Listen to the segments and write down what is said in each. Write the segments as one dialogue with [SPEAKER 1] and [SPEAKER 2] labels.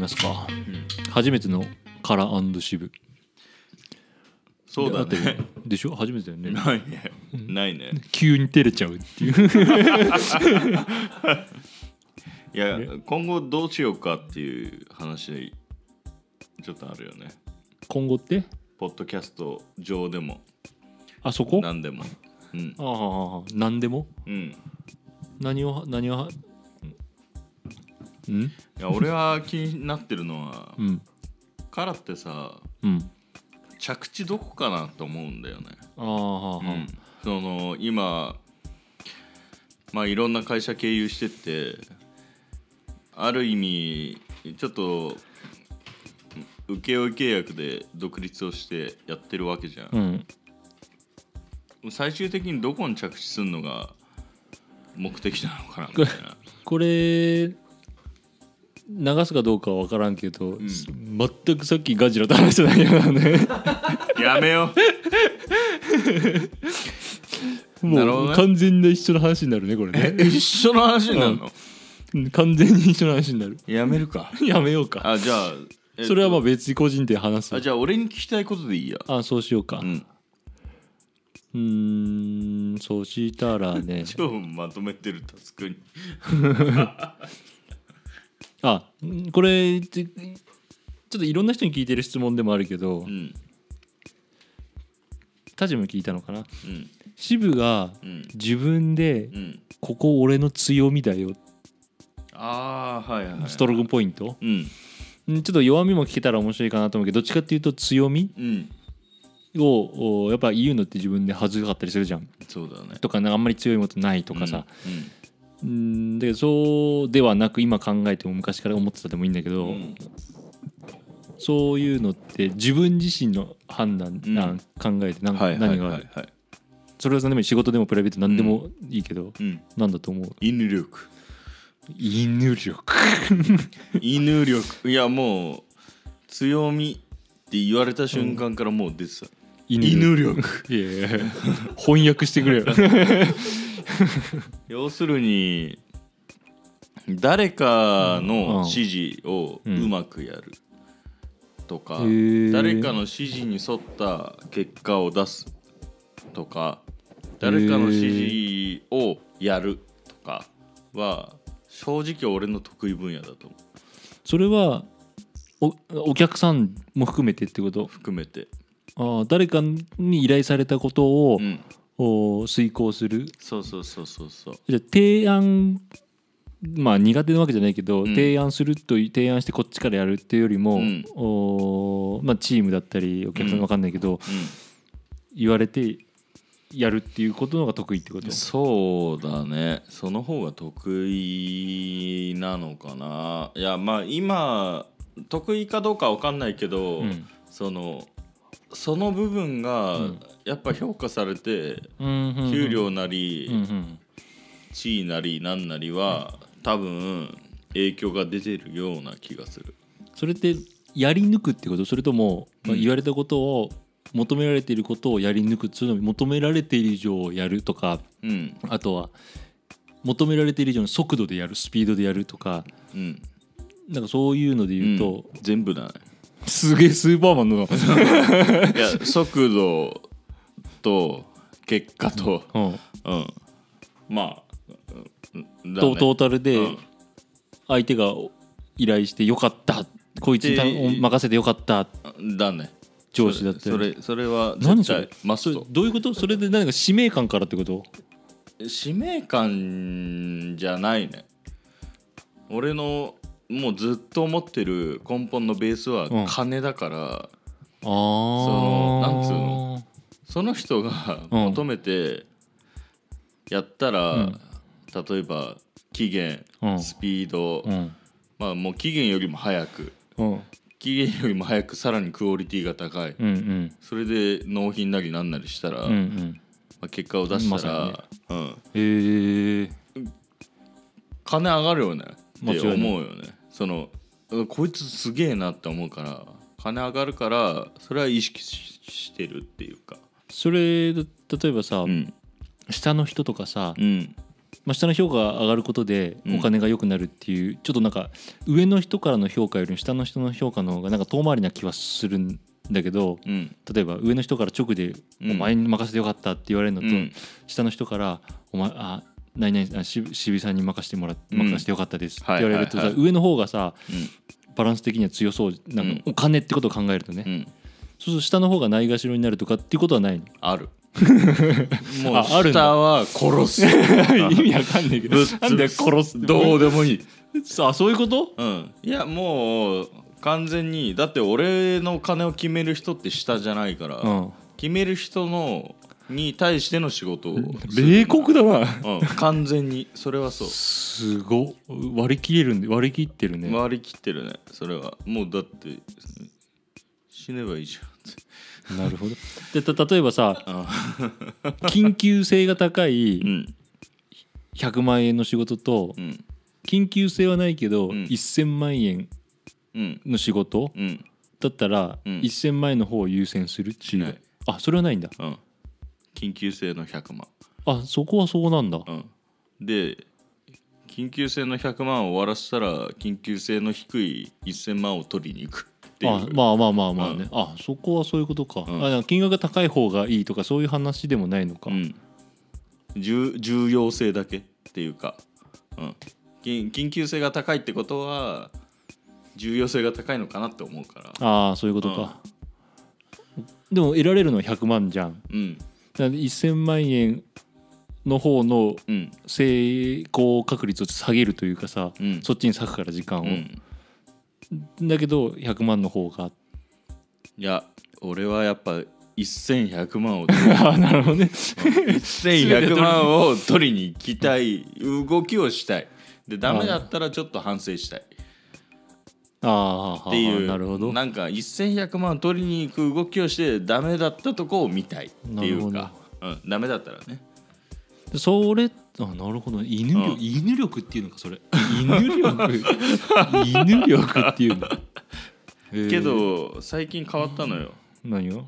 [SPEAKER 1] ますか、初めてのカラー渋
[SPEAKER 2] そうだ
[SPEAKER 1] で合って
[SPEAKER 2] ね
[SPEAKER 1] るでしょ初めてだよね
[SPEAKER 2] ないねないね
[SPEAKER 1] 急に照れちゃうっていう
[SPEAKER 2] いや今後どうしようかっていう話ちょっとあるよね
[SPEAKER 1] 今後って
[SPEAKER 2] ポッドキャスト上でも
[SPEAKER 1] あそこあ
[SPEAKER 2] 何でもうん
[SPEAKER 1] あああ何でも
[SPEAKER 2] うん
[SPEAKER 1] 何を何をうん
[SPEAKER 2] いや俺は気になってるのは
[SPEAKER 1] うん
[SPEAKER 2] カラってさ
[SPEAKER 1] うん
[SPEAKER 2] 着地どこかなと思うんだよね、
[SPEAKER 1] ああ、
[SPEAKER 2] うん、その今まあいろんな会社経由してってある意味ちょっと請負契約で独立をしてやってるわけじゃん
[SPEAKER 1] う、ん
[SPEAKER 2] 最終的にどこに着地するのが目的なのかなみたいな
[SPEAKER 1] これ流すかどうかは分からんけど、全くさっきガジラと話してないような ね
[SPEAKER 2] やめよなるほ
[SPEAKER 1] も
[SPEAKER 2] ど
[SPEAKER 1] う、
[SPEAKER 2] ね
[SPEAKER 1] 完全な一緒の話になるねこれね
[SPEAKER 2] え 一緒の話になるの、
[SPEAKER 1] うん完全に一緒の話になる
[SPEAKER 2] やめるか
[SPEAKER 1] やめようか
[SPEAKER 2] あじゃあえっと
[SPEAKER 1] それはまあ別に個人で話す
[SPEAKER 2] あじゃあ俺に聞きたいことでいいや
[SPEAKER 1] あそうしようか
[SPEAKER 2] うん
[SPEAKER 1] うーんそうしたらね
[SPEAKER 2] 超まとめてるタスクに
[SPEAKER 1] あこれちちょっといろんな人に聞いてる質問でもあるけど
[SPEAKER 2] うん
[SPEAKER 1] 他人も聞いたのかな
[SPEAKER 2] うん
[SPEAKER 1] 渋が
[SPEAKER 2] うん
[SPEAKER 1] 自分で
[SPEAKER 2] うん
[SPEAKER 1] ここ俺の強みだよ
[SPEAKER 2] ああはいはい
[SPEAKER 1] ストロングポイント
[SPEAKER 2] うん
[SPEAKER 1] うんちょっと弱みも聞けたら面白いかなと思うけどどっちかっていうと強み
[SPEAKER 2] うん
[SPEAKER 1] をおやっぱ言うのって自分で恥ずかったりするじゃん
[SPEAKER 2] そうだね
[SPEAKER 1] とかなんかあんまり強いことないとかさ、
[SPEAKER 2] うん
[SPEAKER 1] うんだけどそうではなく今考えても昔から思ってたでもいいんだけど、
[SPEAKER 2] うん
[SPEAKER 1] そういうのって自分自身の判断、
[SPEAKER 2] うん
[SPEAKER 1] あ考えて何,、
[SPEAKER 2] はいは
[SPEAKER 1] 何
[SPEAKER 2] い
[SPEAKER 1] がある、
[SPEAKER 2] はいはい
[SPEAKER 1] それはさでも仕事でもプライベート何でもいいけど、
[SPEAKER 2] うん
[SPEAKER 1] なんだと思う
[SPEAKER 2] 犬力
[SPEAKER 1] 犬力
[SPEAKER 2] 犬力 いやもう強みって言われた瞬間からもう出てた
[SPEAKER 1] 犬
[SPEAKER 2] 犬力
[SPEAKER 1] いやいやいや翻訳してくれよ
[SPEAKER 2] 要するに誰かの指示をうまくやるとか、
[SPEAKER 1] うんへえ
[SPEAKER 2] 誰かの指示に沿った結果を出すとか誰かの指示をやるとかは正直俺の得意分野だと思う
[SPEAKER 1] それはおお客さんも含めてってこと
[SPEAKER 2] 含めて、
[SPEAKER 1] ああ誰かに依頼されたことを
[SPEAKER 2] う、ん、
[SPEAKER 1] お遂行する
[SPEAKER 2] そうそうそうそうそう
[SPEAKER 1] じゃあ提案まあ苦手なわけじゃないけど、
[SPEAKER 2] ん
[SPEAKER 1] 提案するという提案してこっちからやるっていうよりも、
[SPEAKER 2] うん
[SPEAKER 1] おーまあ、チームだったりお客さ
[SPEAKER 2] うんん
[SPEAKER 1] わかんないけど、言われてやるっていうことの方が得意ってこと
[SPEAKER 2] そうだねその方が得意なのかないやまあ今得意かどうかわかんないけど、
[SPEAKER 1] うん
[SPEAKER 2] そのその部分が
[SPEAKER 1] うん
[SPEAKER 2] やっぱ評価されて、
[SPEAKER 1] うんうんうん
[SPEAKER 2] 給料なり、
[SPEAKER 1] うんうん
[SPEAKER 2] 地位なりなんなりは多分影響が出てるような気がする
[SPEAKER 1] それってやり抜くってことそれとも、まあ
[SPEAKER 2] うん
[SPEAKER 1] 言われたことを求められていることをやり抜くそれとも求められている以上やるとか
[SPEAKER 2] うん
[SPEAKER 1] あとは求められている以上の速度でやるスピードでやるとか
[SPEAKER 2] うん
[SPEAKER 1] なんかそういうので言うと、
[SPEAKER 2] うん全部だね
[SPEAKER 1] すげえスーパーマンの、
[SPEAKER 2] いや速度と結果と
[SPEAKER 1] うん
[SPEAKER 2] うんまあ、うんだ
[SPEAKER 1] ト
[SPEAKER 2] ね
[SPEAKER 1] トータル
[SPEAKER 2] う
[SPEAKER 1] で
[SPEAKER 2] ん
[SPEAKER 1] 相手が依頼してよかったこいつに頼
[SPEAKER 2] で
[SPEAKER 1] 任せてよかった
[SPEAKER 2] だね
[SPEAKER 1] 上司だったり
[SPEAKER 2] それそれそれは
[SPEAKER 1] 何
[SPEAKER 2] 絶
[SPEAKER 1] それ
[SPEAKER 2] 対マ
[SPEAKER 1] そ
[SPEAKER 2] ス
[SPEAKER 1] れ
[SPEAKER 2] ト
[SPEAKER 1] どういうことそれで何か使命感からってこと
[SPEAKER 2] 使命感じゃないね俺のもうずっと思ってる根本のベースは
[SPEAKER 1] うん
[SPEAKER 2] 金だから、
[SPEAKER 1] ああ
[SPEAKER 2] なんつうのその人が
[SPEAKER 1] うん
[SPEAKER 2] 求めてやったら、
[SPEAKER 1] うん
[SPEAKER 2] 例えば期限、
[SPEAKER 1] うん
[SPEAKER 2] スピード、
[SPEAKER 1] うん
[SPEAKER 2] まあもう期限よりも早く
[SPEAKER 1] うん
[SPEAKER 2] 期限よりも早くさらにクオリティが高い、
[SPEAKER 1] うんうん
[SPEAKER 2] それで納品なりなんなりしたら、
[SPEAKER 1] うんうん
[SPEAKER 2] まあ、結果を出したら、
[SPEAKER 1] ま
[SPEAKER 2] うん、
[SPEAKER 1] へえ
[SPEAKER 2] 金上がるよねって
[SPEAKER 1] 間
[SPEAKER 2] 思
[SPEAKER 1] 違いないう
[SPEAKER 2] よねそのうんこいつすげえなって思うから金上がるからそれは意識ししてるっていうか
[SPEAKER 1] それ例えばさ
[SPEAKER 2] うん
[SPEAKER 1] 下の人とかさ
[SPEAKER 2] うん
[SPEAKER 1] まあ、下の評価が上がることで
[SPEAKER 2] うん
[SPEAKER 1] お金が良くなるっていう、ちょっとなんか上の人からの評価よりも下の人の評価の方がなんか遠回りな気はするんだけど
[SPEAKER 2] うん
[SPEAKER 1] 例えば上の人から直で「
[SPEAKER 2] うん
[SPEAKER 1] お前に任せてよかった」って言われるのと、
[SPEAKER 2] うん
[SPEAKER 1] 下の人から「お前あ何々あし渋井さんに任せてもらっ
[SPEAKER 2] うん
[SPEAKER 1] 任せてよかったです」って
[SPEAKER 2] はい
[SPEAKER 1] 言われるとさ、
[SPEAKER 2] はいはい
[SPEAKER 1] 上の方がさ
[SPEAKER 2] うん
[SPEAKER 1] バランス的には強そうなんか
[SPEAKER 2] う
[SPEAKER 1] お金ってことを考えるとね、
[SPEAKER 2] うん
[SPEAKER 1] そうすると下の方がないがしろになるとかっていうことはないの
[SPEAKER 2] あるもう
[SPEAKER 1] ああるんだ
[SPEAKER 2] 下は殺す
[SPEAKER 1] 意味わかんないけど
[SPEAKER 2] ぶっつ
[SPEAKER 1] なんで殺す
[SPEAKER 2] どう
[SPEAKER 1] でもいいあそういうこと
[SPEAKER 2] うんいやもう完全にだって俺の金を決める人って下じゃないから、
[SPEAKER 1] うん
[SPEAKER 2] 決める人のに対しての仕事をする
[SPEAKER 1] 冷酷だな
[SPEAKER 2] うん 完全にそれはそう
[SPEAKER 1] すご割り切れるんで割り切ってるね、
[SPEAKER 2] 割り切ってるねそれはもうだって死ねばいいじゃんって
[SPEAKER 1] なるほどでた例えばさ
[SPEAKER 2] あ
[SPEAKER 1] 緊急性が高
[SPEAKER 2] う
[SPEAKER 1] い
[SPEAKER 2] ん
[SPEAKER 1] 100万円の仕事と
[SPEAKER 2] うん
[SPEAKER 1] 緊急性はないけど、
[SPEAKER 2] うん
[SPEAKER 1] 1000万円
[SPEAKER 2] うん
[SPEAKER 1] の仕事
[SPEAKER 2] うん
[SPEAKER 1] だったら、
[SPEAKER 2] うん
[SPEAKER 1] 1000万円の方を優先するっていう、
[SPEAKER 2] しない
[SPEAKER 1] あそれはないんだ
[SPEAKER 2] うん緊急性の100万
[SPEAKER 1] あそこはそうなんだ
[SPEAKER 2] うんで緊急性の100万を終わらせたら緊急性の低い1000万を取りに行くっていう
[SPEAKER 1] あまあまあまあまあね、あそこはそういうことか,、
[SPEAKER 2] ん
[SPEAKER 1] あだから金額が高い方がいいとかそういう話でもないのか、
[SPEAKER 2] うん、重重要性だけっていうか、うん、緊緊急性が高いってことは重要性が高いのかなって思うから
[SPEAKER 1] ああそういうことか、でも得られるのは100万じゃん
[SPEAKER 2] うん
[SPEAKER 1] だから1000万円の方の
[SPEAKER 2] うん
[SPEAKER 1] 成功確率を下げるというかさ、
[SPEAKER 2] うん
[SPEAKER 1] そっちに割くから時間を、
[SPEAKER 2] うん
[SPEAKER 1] だけど100万の方が
[SPEAKER 2] いや俺はやっぱ1100万を取り
[SPEAKER 1] あなるほどね
[SPEAKER 2] 1100万を取りに行きたい動きをしたいでダメだったらちょっと反省したいっ
[SPEAKER 1] ああ
[SPEAKER 2] ていう
[SPEAKER 1] なるほど
[SPEAKER 2] なんか1100万を取りに行く動きをしてダメだったとこを見たいっていう
[SPEAKER 1] なる
[SPEAKER 2] か、うん、ダメだったらね
[SPEAKER 1] それあなるほど犬力、
[SPEAKER 2] うん
[SPEAKER 1] 犬力っていうのかそれ犬 力犬力っていうの、えー
[SPEAKER 2] けど最近変わったのよ
[SPEAKER 1] 何を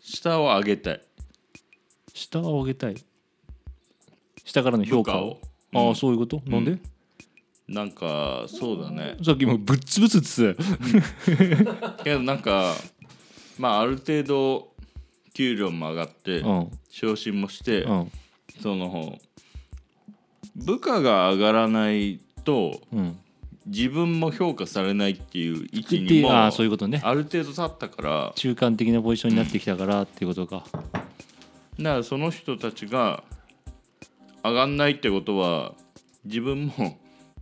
[SPEAKER 2] 下を上げたい
[SPEAKER 1] 下を上げたい下からの評価を
[SPEAKER 2] 部下を
[SPEAKER 1] あ
[SPEAKER 2] う
[SPEAKER 1] あ
[SPEAKER 2] ん
[SPEAKER 1] そういうこと、なんで
[SPEAKER 2] なんかそうだね
[SPEAKER 1] さっきもうぶっつぶつって言ってたよ
[SPEAKER 2] けどなんかまあある程度給料も上がって昇進もして、
[SPEAKER 1] うんうん
[SPEAKER 2] その部下が上がらないと
[SPEAKER 1] うん
[SPEAKER 2] 自分も評価されないっていう位置に
[SPEAKER 1] で
[SPEAKER 2] も
[SPEAKER 1] あ
[SPEAKER 2] あ
[SPEAKER 1] あそういうことね
[SPEAKER 2] る程度立ったから
[SPEAKER 1] 中間的なポジションになってきたからっていうことか
[SPEAKER 2] だからその人たちが上がんないってことは自分も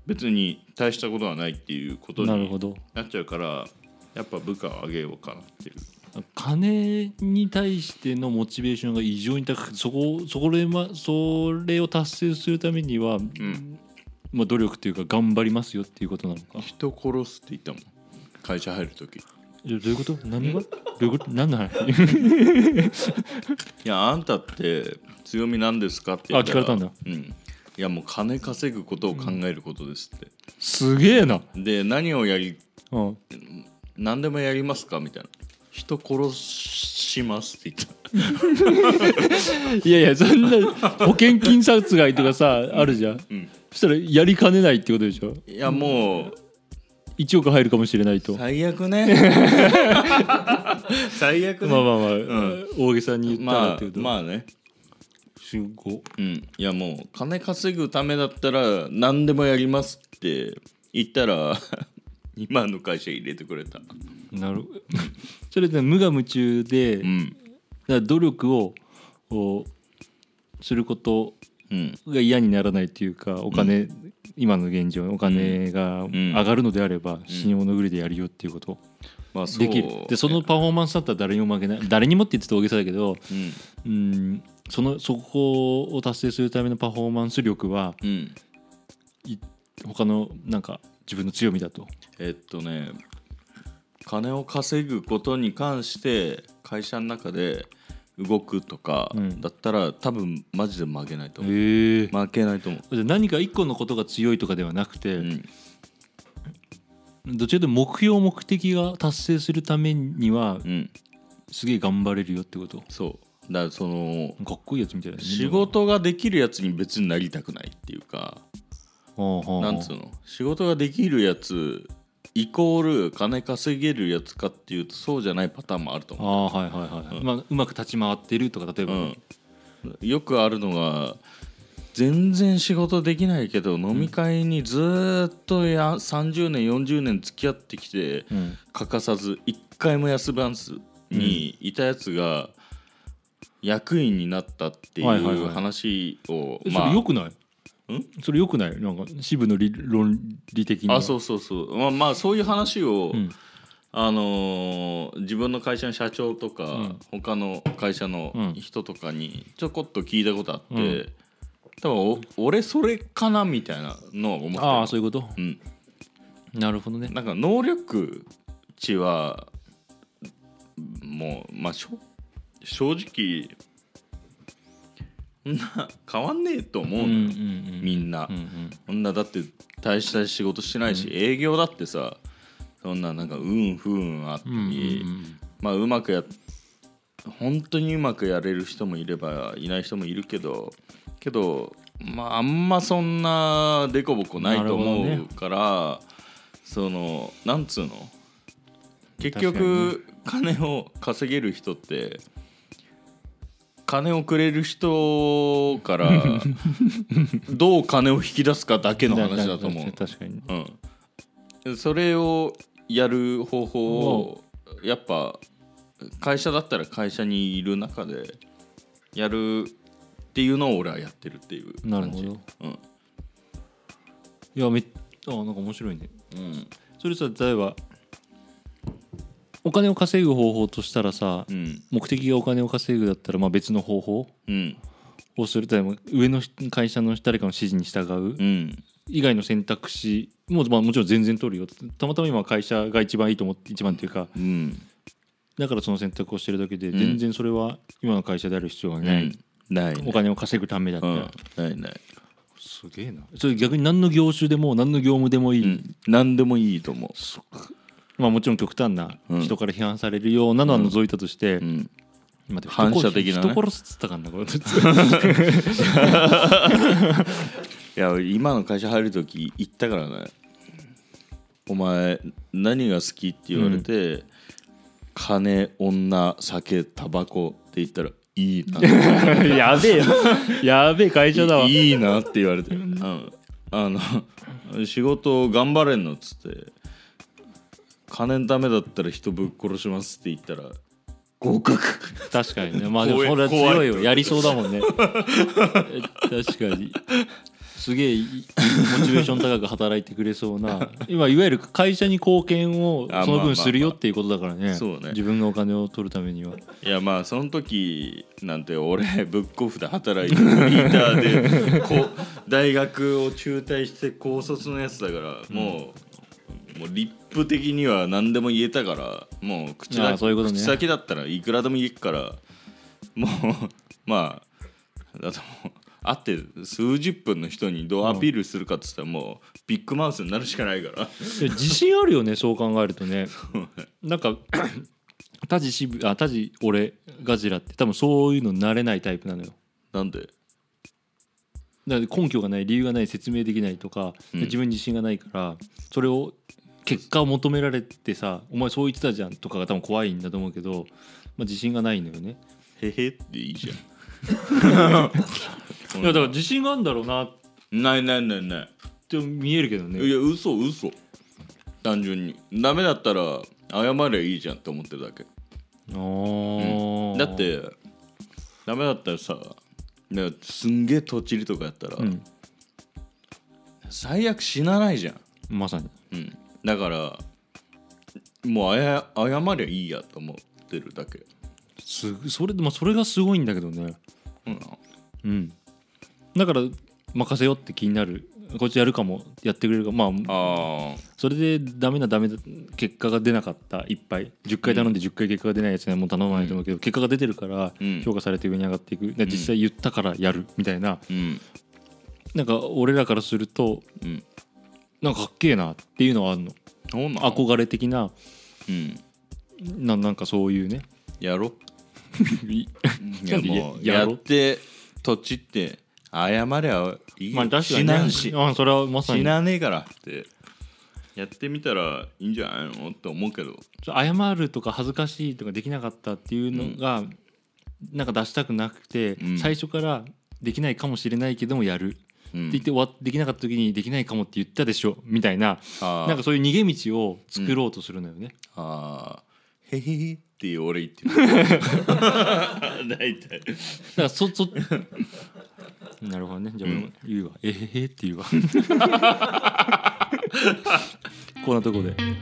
[SPEAKER 2] 別に大したことはないっていうこと
[SPEAKER 1] なる
[SPEAKER 2] に
[SPEAKER 1] ほど
[SPEAKER 2] なっちゃうからやっぱ部下を上げようかなっていう
[SPEAKER 1] 金に対してのモチベーションが異常に高くてそこそこれ、ま、それを達成するためには、
[SPEAKER 2] ん
[SPEAKER 1] まあ、努力というか頑張りますよっていうことなのか
[SPEAKER 2] 人殺すって言ったもん会社入る時い
[SPEAKER 1] じゃあどういうこと何が どういうこと何の話
[SPEAKER 2] やあんたって強みなんですかって言
[SPEAKER 1] あ聞かれたんだ
[SPEAKER 2] うんいやもう金稼ぐことを考えることですって、
[SPEAKER 1] すげえな、
[SPEAKER 2] で何をやり
[SPEAKER 1] うん、
[SPEAKER 2] 何でもやりますかみたいな人殺しますって言った
[SPEAKER 1] いやいやそんな保険金殺害とかさあるじゃん、
[SPEAKER 2] ん
[SPEAKER 1] そしたらやりかねないってことでしょ
[SPEAKER 2] いやもう
[SPEAKER 1] 1億入るかもしれないとまあ
[SPEAKER 2] 最悪 ね最悪ね
[SPEAKER 1] まあまあ、
[SPEAKER 2] ん
[SPEAKER 1] 大げさに言ったら
[SPEAKER 2] ま
[SPEAKER 1] っ
[SPEAKER 2] あ
[SPEAKER 1] ていうこと、
[SPEAKER 2] まあね
[SPEAKER 1] すごい
[SPEAKER 2] うんいやもう金稼ぐためだったら何でもやりますって言ったら 今の会社入れてくれた
[SPEAKER 1] なる それで無我夢中で、
[SPEAKER 2] うん
[SPEAKER 1] だから努力をこうすること
[SPEAKER 2] うん
[SPEAKER 1] が嫌にならないというかお金、今の現状お金が上がるのであれば、死に物狂いでやるよっていうこと、
[SPEAKER 2] まあそう
[SPEAKER 1] できるでそのパフォーマンスだったら誰にも負けない誰にもって言ってたら大げさだけど
[SPEAKER 2] うん
[SPEAKER 1] うんそのそこを達成するためのパフォーマンス力は
[SPEAKER 2] うん
[SPEAKER 1] 他のなんか自分の強みだと
[SPEAKER 2] えっとね金を稼ぐことに関して会社の中で動くとか
[SPEAKER 1] うん
[SPEAKER 2] だったら、多分マジで負けないと思う、
[SPEAKER 1] へえ
[SPEAKER 2] 負けないと思う、
[SPEAKER 1] 何か一個のことが強いとかではなくて、
[SPEAKER 2] うん
[SPEAKER 1] どちらかというと目標目的が達成するためには
[SPEAKER 2] うん
[SPEAKER 1] すげえ頑張れるよってこと
[SPEAKER 2] そうだからその
[SPEAKER 1] かっこいいやつみたいだね
[SPEAKER 2] 仕事ができるやつに別になりたくないっていうかなんつう
[SPEAKER 1] う
[SPEAKER 2] の仕事ができるやつイコール金稼げるやつかっていうとそうじゃないパターンもあると
[SPEAKER 1] あ
[SPEAKER 2] 思う
[SPEAKER 1] あーはいはいはい、うまあうまく立ち回ってるとか例えば、
[SPEAKER 2] うん、よくあるのが全然仕事できないけど飲み会にずーっとや30年40年付き合ってきて
[SPEAKER 1] うん
[SPEAKER 2] 欠かさず一回も休まずにいたやつが役員になったってい
[SPEAKER 1] はいはいはいう
[SPEAKER 2] 話を
[SPEAKER 1] えそ
[SPEAKER 2] ま
[SPEAKER 1] れ
[SPEAKER 2] あ
[SPEAKER 1] よくない、それよくないなんか支部の理論理的には
[SPEAKER 2] あそうそうそうまあまあそういう話を、
[SPEAKER 1] ん
[SPEAKER 2] あのー自分の会社の社長とか、他の会社の
[SPEAKER 1] うん
[SPEAKER 2] 人とかにちょこっと聞いたことあって、
[SPEAKER 1] うん
[SPEAKER 2] 多分お俺それかなみたいなのは思ってた
[SPEAKER 1] ああそういうこと
[SPEAKER 2] うん、
[SPEAKER 1] なるほどね
[SPEAKER 2] なんか能力値はもうまあしょ正直そんな変わんねえと思うの
[SPEAKER 1] う
[SPEAKER 2] よ、
[SPEAKER 1] んうん
[SPEAKER 2] みんな。
[SPEAKER 1] うんうん
[SPEAKER 2] そんなだって大した仕事してないし、営業だってさそんななんかうん不運あったり、
[SPEAKER 1] うんうん
[SPEAKER 2] まあうまくや本当にうまくやれる人もいればいない人もいるけどけどまああんまそんなでこぼこないと
[SPEAKER 1] なる
[SPEAKER 2] 思
[SPEAKER 1] ほど
[SPEAKER 2] うから、そのなんつうの結
[SPEAKER 1] 確
[SPEAKER 2] 局、金を稼げる人って金をくれる人から どう金を引き出すかだけの話だと思う。
[SPEAKER 1] 確かに
[SPEAKER 2] うん、それをやる方法をやっぱ会社だったら会社にいる中でやるっていうのを俺はやってるっていう
[SPEAKER 1] な
[SPEAKER 2] 感
[SPEAKER 1] るほ
[SPEAKER 2] じ
[SPEAKER 1] ど
[SPEAKER 2] うん
[SPEAKER 1] いやめっあなんか面白いね
[SPEAKER 2] うん
[SPEAKER 1] それさ例えばお金を稼ぐ方法としたらさ
[SPEAKER 2] うん
[SPEAKER 1] 目的がお金を稼ぐだったらまあ別の方法
[SPEAKER 2] うん
[SPEAKER 1] をする例えば上の会社の誰かの指示に従う
[SPEAKER 2] うん
[SPEAKER 1] 以外の選択肢もまあもちろん全然取るよたまたま今会社が一番いいと思って一番っていうか
[SPEAKER 2] うん
[SPEAKER 1] だからその選択をしてるだけで
[SPEAKER 2] うん
[SPEAKER 1] 全然それは今の会社である必要がない、
[SPEAKER 2] ない
[SPEAKER 1] お金を稼ぐためだった
[SPEAKER 2] う
[SPEAKER 1] ら、
[SPEAKER 2] んないない、
[SPEAKER 1] すげえなそれ逆に何の業種でも何の業務でもいい、
[SPEAKER 2] うん、何でもいいと思
[SPEAKER 1] まあ、もちろん極端な
[SPEAKER 2] うん
[SPEAKER 1] 人から批判されるようなのは除いたとして、
[SPEAKER 2] う、うん、
[SPEAKER 1] まあでも
[SPEAKER 2] 反射的なね
[SPEAKER 1] 人殺すっつったかんなこれ
[SPEAKER 2] いや今の会社入る時言ったからねお前何が好きって言われて、金女酒タバコって言ったらいいな
[SPEAKER 1] やべえよやべえ会社だわ
[SPEAKER 2] いいなって言われてうんあの仕事頑張れんのっつって金のためだったら人ぶっ殺しますって言ったら合格
[SPEAKER 1] 確かにねまあでも
[SPEAKER 2] 怖い
[SPEAKER 1] それは強い
[SPEAKER 2] 怖
[SPEAKER 1] よ
[SPEAKER 2] い
[SPEAKER 1] やりそうだもんねえ確かにすげえいいモチベーション高く働いてくれそうな今いわゆる会社に貢献を
[SPEAKER 2] あ
[SPEAKER 1] その
[SPEAKER 2] まあまあ
[SPEAKER 1] 分するよっていうことだからね
[SPEAKER 2] そうね
[SPEAKER 1] 自分がお金を取るためにはい
[SPEAKER 2] やまあその時なんて俺ブックオフで働いてフリーターでこう大学を中退して高卒のやつだからもう,、もうリップ的には何でも言えたからもう口
[SPEAKER 1] あ
[SPEAKER 2] だ
[SPEAKER 1] あそういうことね
[SPEAKER 2] 口先だったらいくらでも言えっからもうまあだともう会って数十分の人にどうアピールするかっつったらもうビッグマウスになるしかないから
[SPEAKER 1] いや自信あるよねそう考えるとねなんか タジシブあタジ俺ガジラって多分そういうの慣れないタイプなのよ
[SPEAKER 2] なんで
[SPEAKER 1] だから根拠がない理由がない説明できないとか、
[SPEAKER 2] うん
[SPEAKER 1] 自分に自信がないからそれを結果を求められてさ「お前そう言ってたじゃん」とかが多分怖いんだと思うけど、まあ、自信がないのよね、
[SPEAKER 2] へへっていいじゃん
[SPEAKER 1] いやだから自信があるんだろうなっ
[SPEAKER 2] ないないないない
[SPEAKER 1] て見えるけど
[SPEAKER 2] い
[SPEAKER 1] ね
[SPEAKER 2] や嘘嘘単純にダメだったら謝ればいいじゃんって思ってるだけ
[SPEAKER 1] あー
[SPEAKER 2] だってダメだったらさだからすんげえとちりとかやったら、
[SPEAKER 1] うん
[SPEAKER 2] 最悪死なないじゃん、
[SPEAKER 1] まさに
[SPEAKER 2] うん、だからもうあや謝りゃいいやと思ってるだけ、
[SPEAKER 1] すそれ,、まあ、それがすごいんだけどね
[SPEAKER 2] うん、
[SPEAKER 1] うんだから任せよって気になるこっちやるかもやってくれるかまあ
[SPEAKER 2] ああ
[SPEAKER 1] それでダメなダメだ結果が出なかったいっぱい10回頼んで10回結果が出ないやつにはもう頼まないと思うけど、結果が出てるから
[SPEAKER 2] うん
[SPEAKER 1] 評価されて上に上がっていく、で実際言ったからやるみたいな
[SPEAKER 2] うん
[SPEAKER 1] なんか俺らからすると
[SPEAKER 2] うん
[SPEAKER 1] なんかかっけえなっていうのはあるの
[SPEAKER 2] そうなの
[SPEAKER 1] 憧れ的な
[SPEAKER 2] うん
[SPEAKER 1] ななんかそういうね
[SPEAKER 2] やろ
[SPEAKER 1] い
[SPEAKER 2] いや
[SPEAKER 1] なんでや
[SPEAKER 2] もう
[SPEAKER 1] や
[SPEAKER 2] や
[SPEAKER 1] ろう
[SPEAKER 2] って土地って謝れはいい、
[SPEAKER 1] まあ確かに
[SPEAKER 2] 死
[SPEAKER 1] ね
[SPEAKER 2] なんし
[SPEAKER 1] あそれはまさ
[SPEAKER 2] 死
[SPEAKER 1] に
[SPEAKER 2] なねえからってやってみたらいいんじゃないのって思うけど
[SPEAKER 1] 謝るとか恥ずかしいとかできなかったっていうのが、なんか出したくなくて、
[SPEAKER 2] うん
[SPEAKER 1] 最初からできないかもしれないけどもやる、
[SPEAKER 2] うん
[SPEAKER 1] って言って終わっできなかった時にできないかもって言ったでしょみたいな
[SPEAKER 2] あー
[SPEAKER 1] なんかそういう逃げ道を作ろうとするのよね、
[SPEAKER 2] あーへへへっていう俺 言ってる 大体
[SPEAKER 1] だからそ そなるほどねじゃあ俺も 言うわ、えへへって言うわこんなとこで。